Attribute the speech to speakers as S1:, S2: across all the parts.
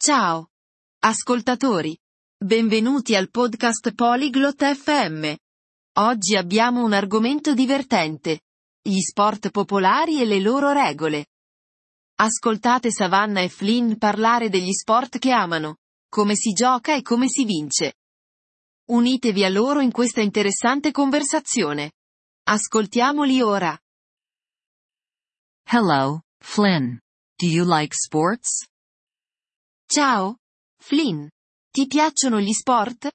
S1: Ciao! Ascoltatori! Benvenuti al podcast Polyglot FM. Oggi abbiamo un argomento divertente. Gli sport popolari e le loro regole. Ascoltate Savannah e Flynn parlare degli sport che amano, come si gioca e come si vince. Unitevi a loro in questa interessante conversazione. Ascoltiamoli ora.
S2: Hello, Flynn. Do you like sports?
S1: Ciao! Flynn. Ti piacciono gli sport?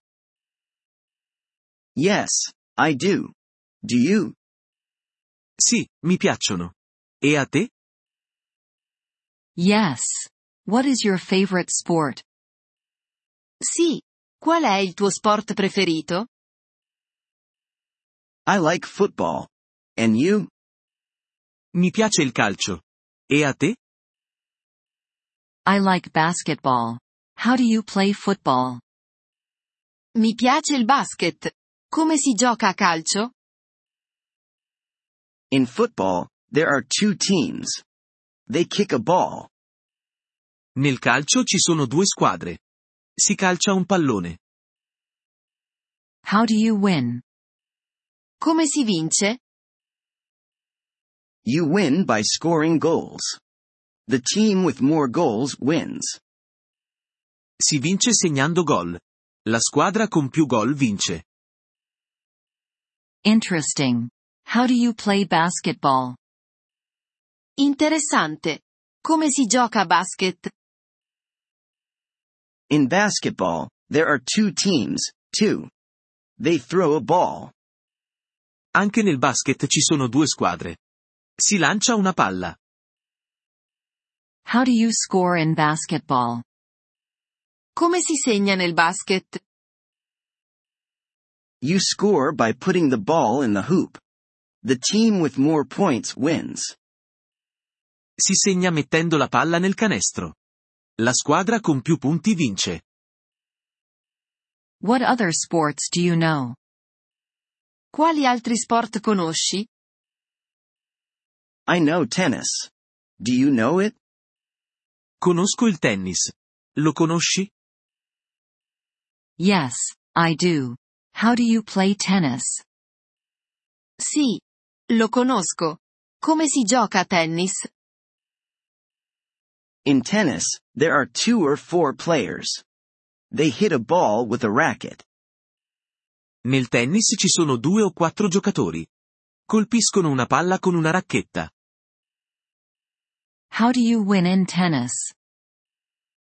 S3: Yes, I do. Do you?
S4: Sì, mi piacciono. E a te?
S2: Yes. What is your favorite sport?
S1: Sì. Qual è il tuo sport preferito?
S3: I like football. And you?
S4: Mi piace il calcio. E a te?
S2: I like basketball. How do you play football?
S1: Mi piace il basket. Come si gioca a calcio?
S3: In football, there are two teams. They kick a ball.
S4: Nel calcio ci sono due squadre. Si calcia un pallone.
S2: How do you win?
S1: Come si vince?
S3: You win by scoring goals. The team with more goals wins.
S4: Si vince segnando gol. La squadra con più gol vince.
S2: Interesting. How do you play basketball?
S1: Interessante. Come si gioca a basket?
S3: In basketball, there are two teams, two. They throw a ball.
S4: Anche nel basket ci sono due squadre. Si lancia una palla.
S2: How do you score in basketball?
S1: Come si segna nel basket?
S3: You score by putting the ball in the hoop. The team with more points wins.
S4: Si segna mettendo la palla nel canestro. La squadra con più punti vince.
S2: What other sports do you know?
S1: Quali altri sport conosci?
S3: I know tennis. Do you know it?
S4: Conosco il tennis. Lo conosci?
S2: Yes, I do. How do you play tennis?
S1: Sì. Lo conosco. Come si gioca a tennis?
S3: In tennis, there are two or four players. They hit a ball with a racket.
S4: Nel tennis ci sono due o quattro giocatori. Colpiscono una palla con una racchetta.
S2: How do you win in tennis?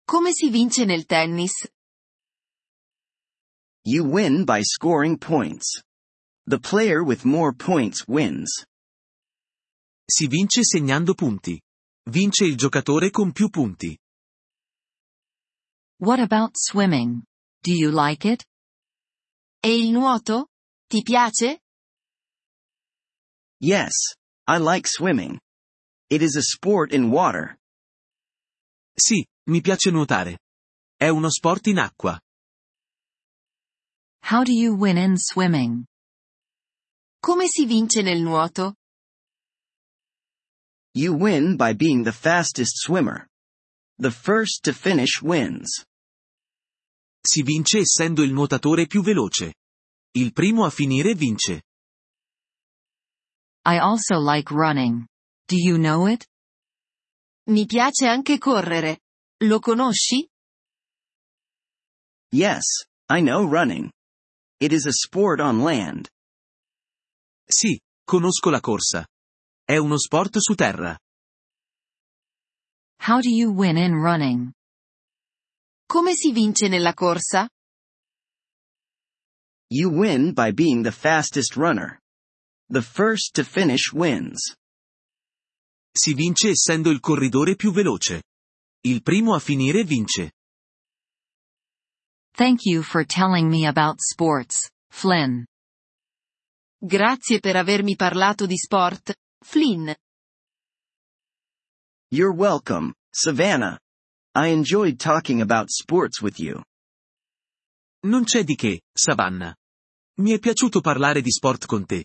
S1: Come si vince nel tennis?
S3: You win by scoring points. The player with more points wins.
S4: Si vince segnando punti. Vince il giocatore con più punti.
S2: What about swimming? Do you like it?
S1: E il nuoto? Ti piace?
S3: Yes, I like swimming. It is a sport in water.
S4: Sì, mi piace nuotare. È uno sport in acqua.
S2: How do you win in swimming?
S1: Come si vince nel nuoto?
S3: You win by being the fastest swimmer. The first to finish wins.
S4: Si vince essendo il nuotatore più veloce. Il primo a finire vince.
S2: I also like running. Do you know it?
S1: Mi piace anche correre. Lo conosci?
S3: Yes, I know running. It is a sport on land.
S4: Sì, conosco la corsa. È uno sport su terra.
S2: How do you win in running?
S1: Come si vince nella corsa?
S3: You win by being the fastest runner. The first to finish wins.
S4: Si vince essendo il corridore più veloce. Il primo a finire vince.
S2: Thank you for telling me about sports, Flynn.
S1: Grazie per avermi parlato di sport, Flynn.
S3: You're welcome, Savannah. I enjoyed talking about sports with you.
S4: Non c'è di che, Savannah. Mi è piaciuto parlare di sport con te.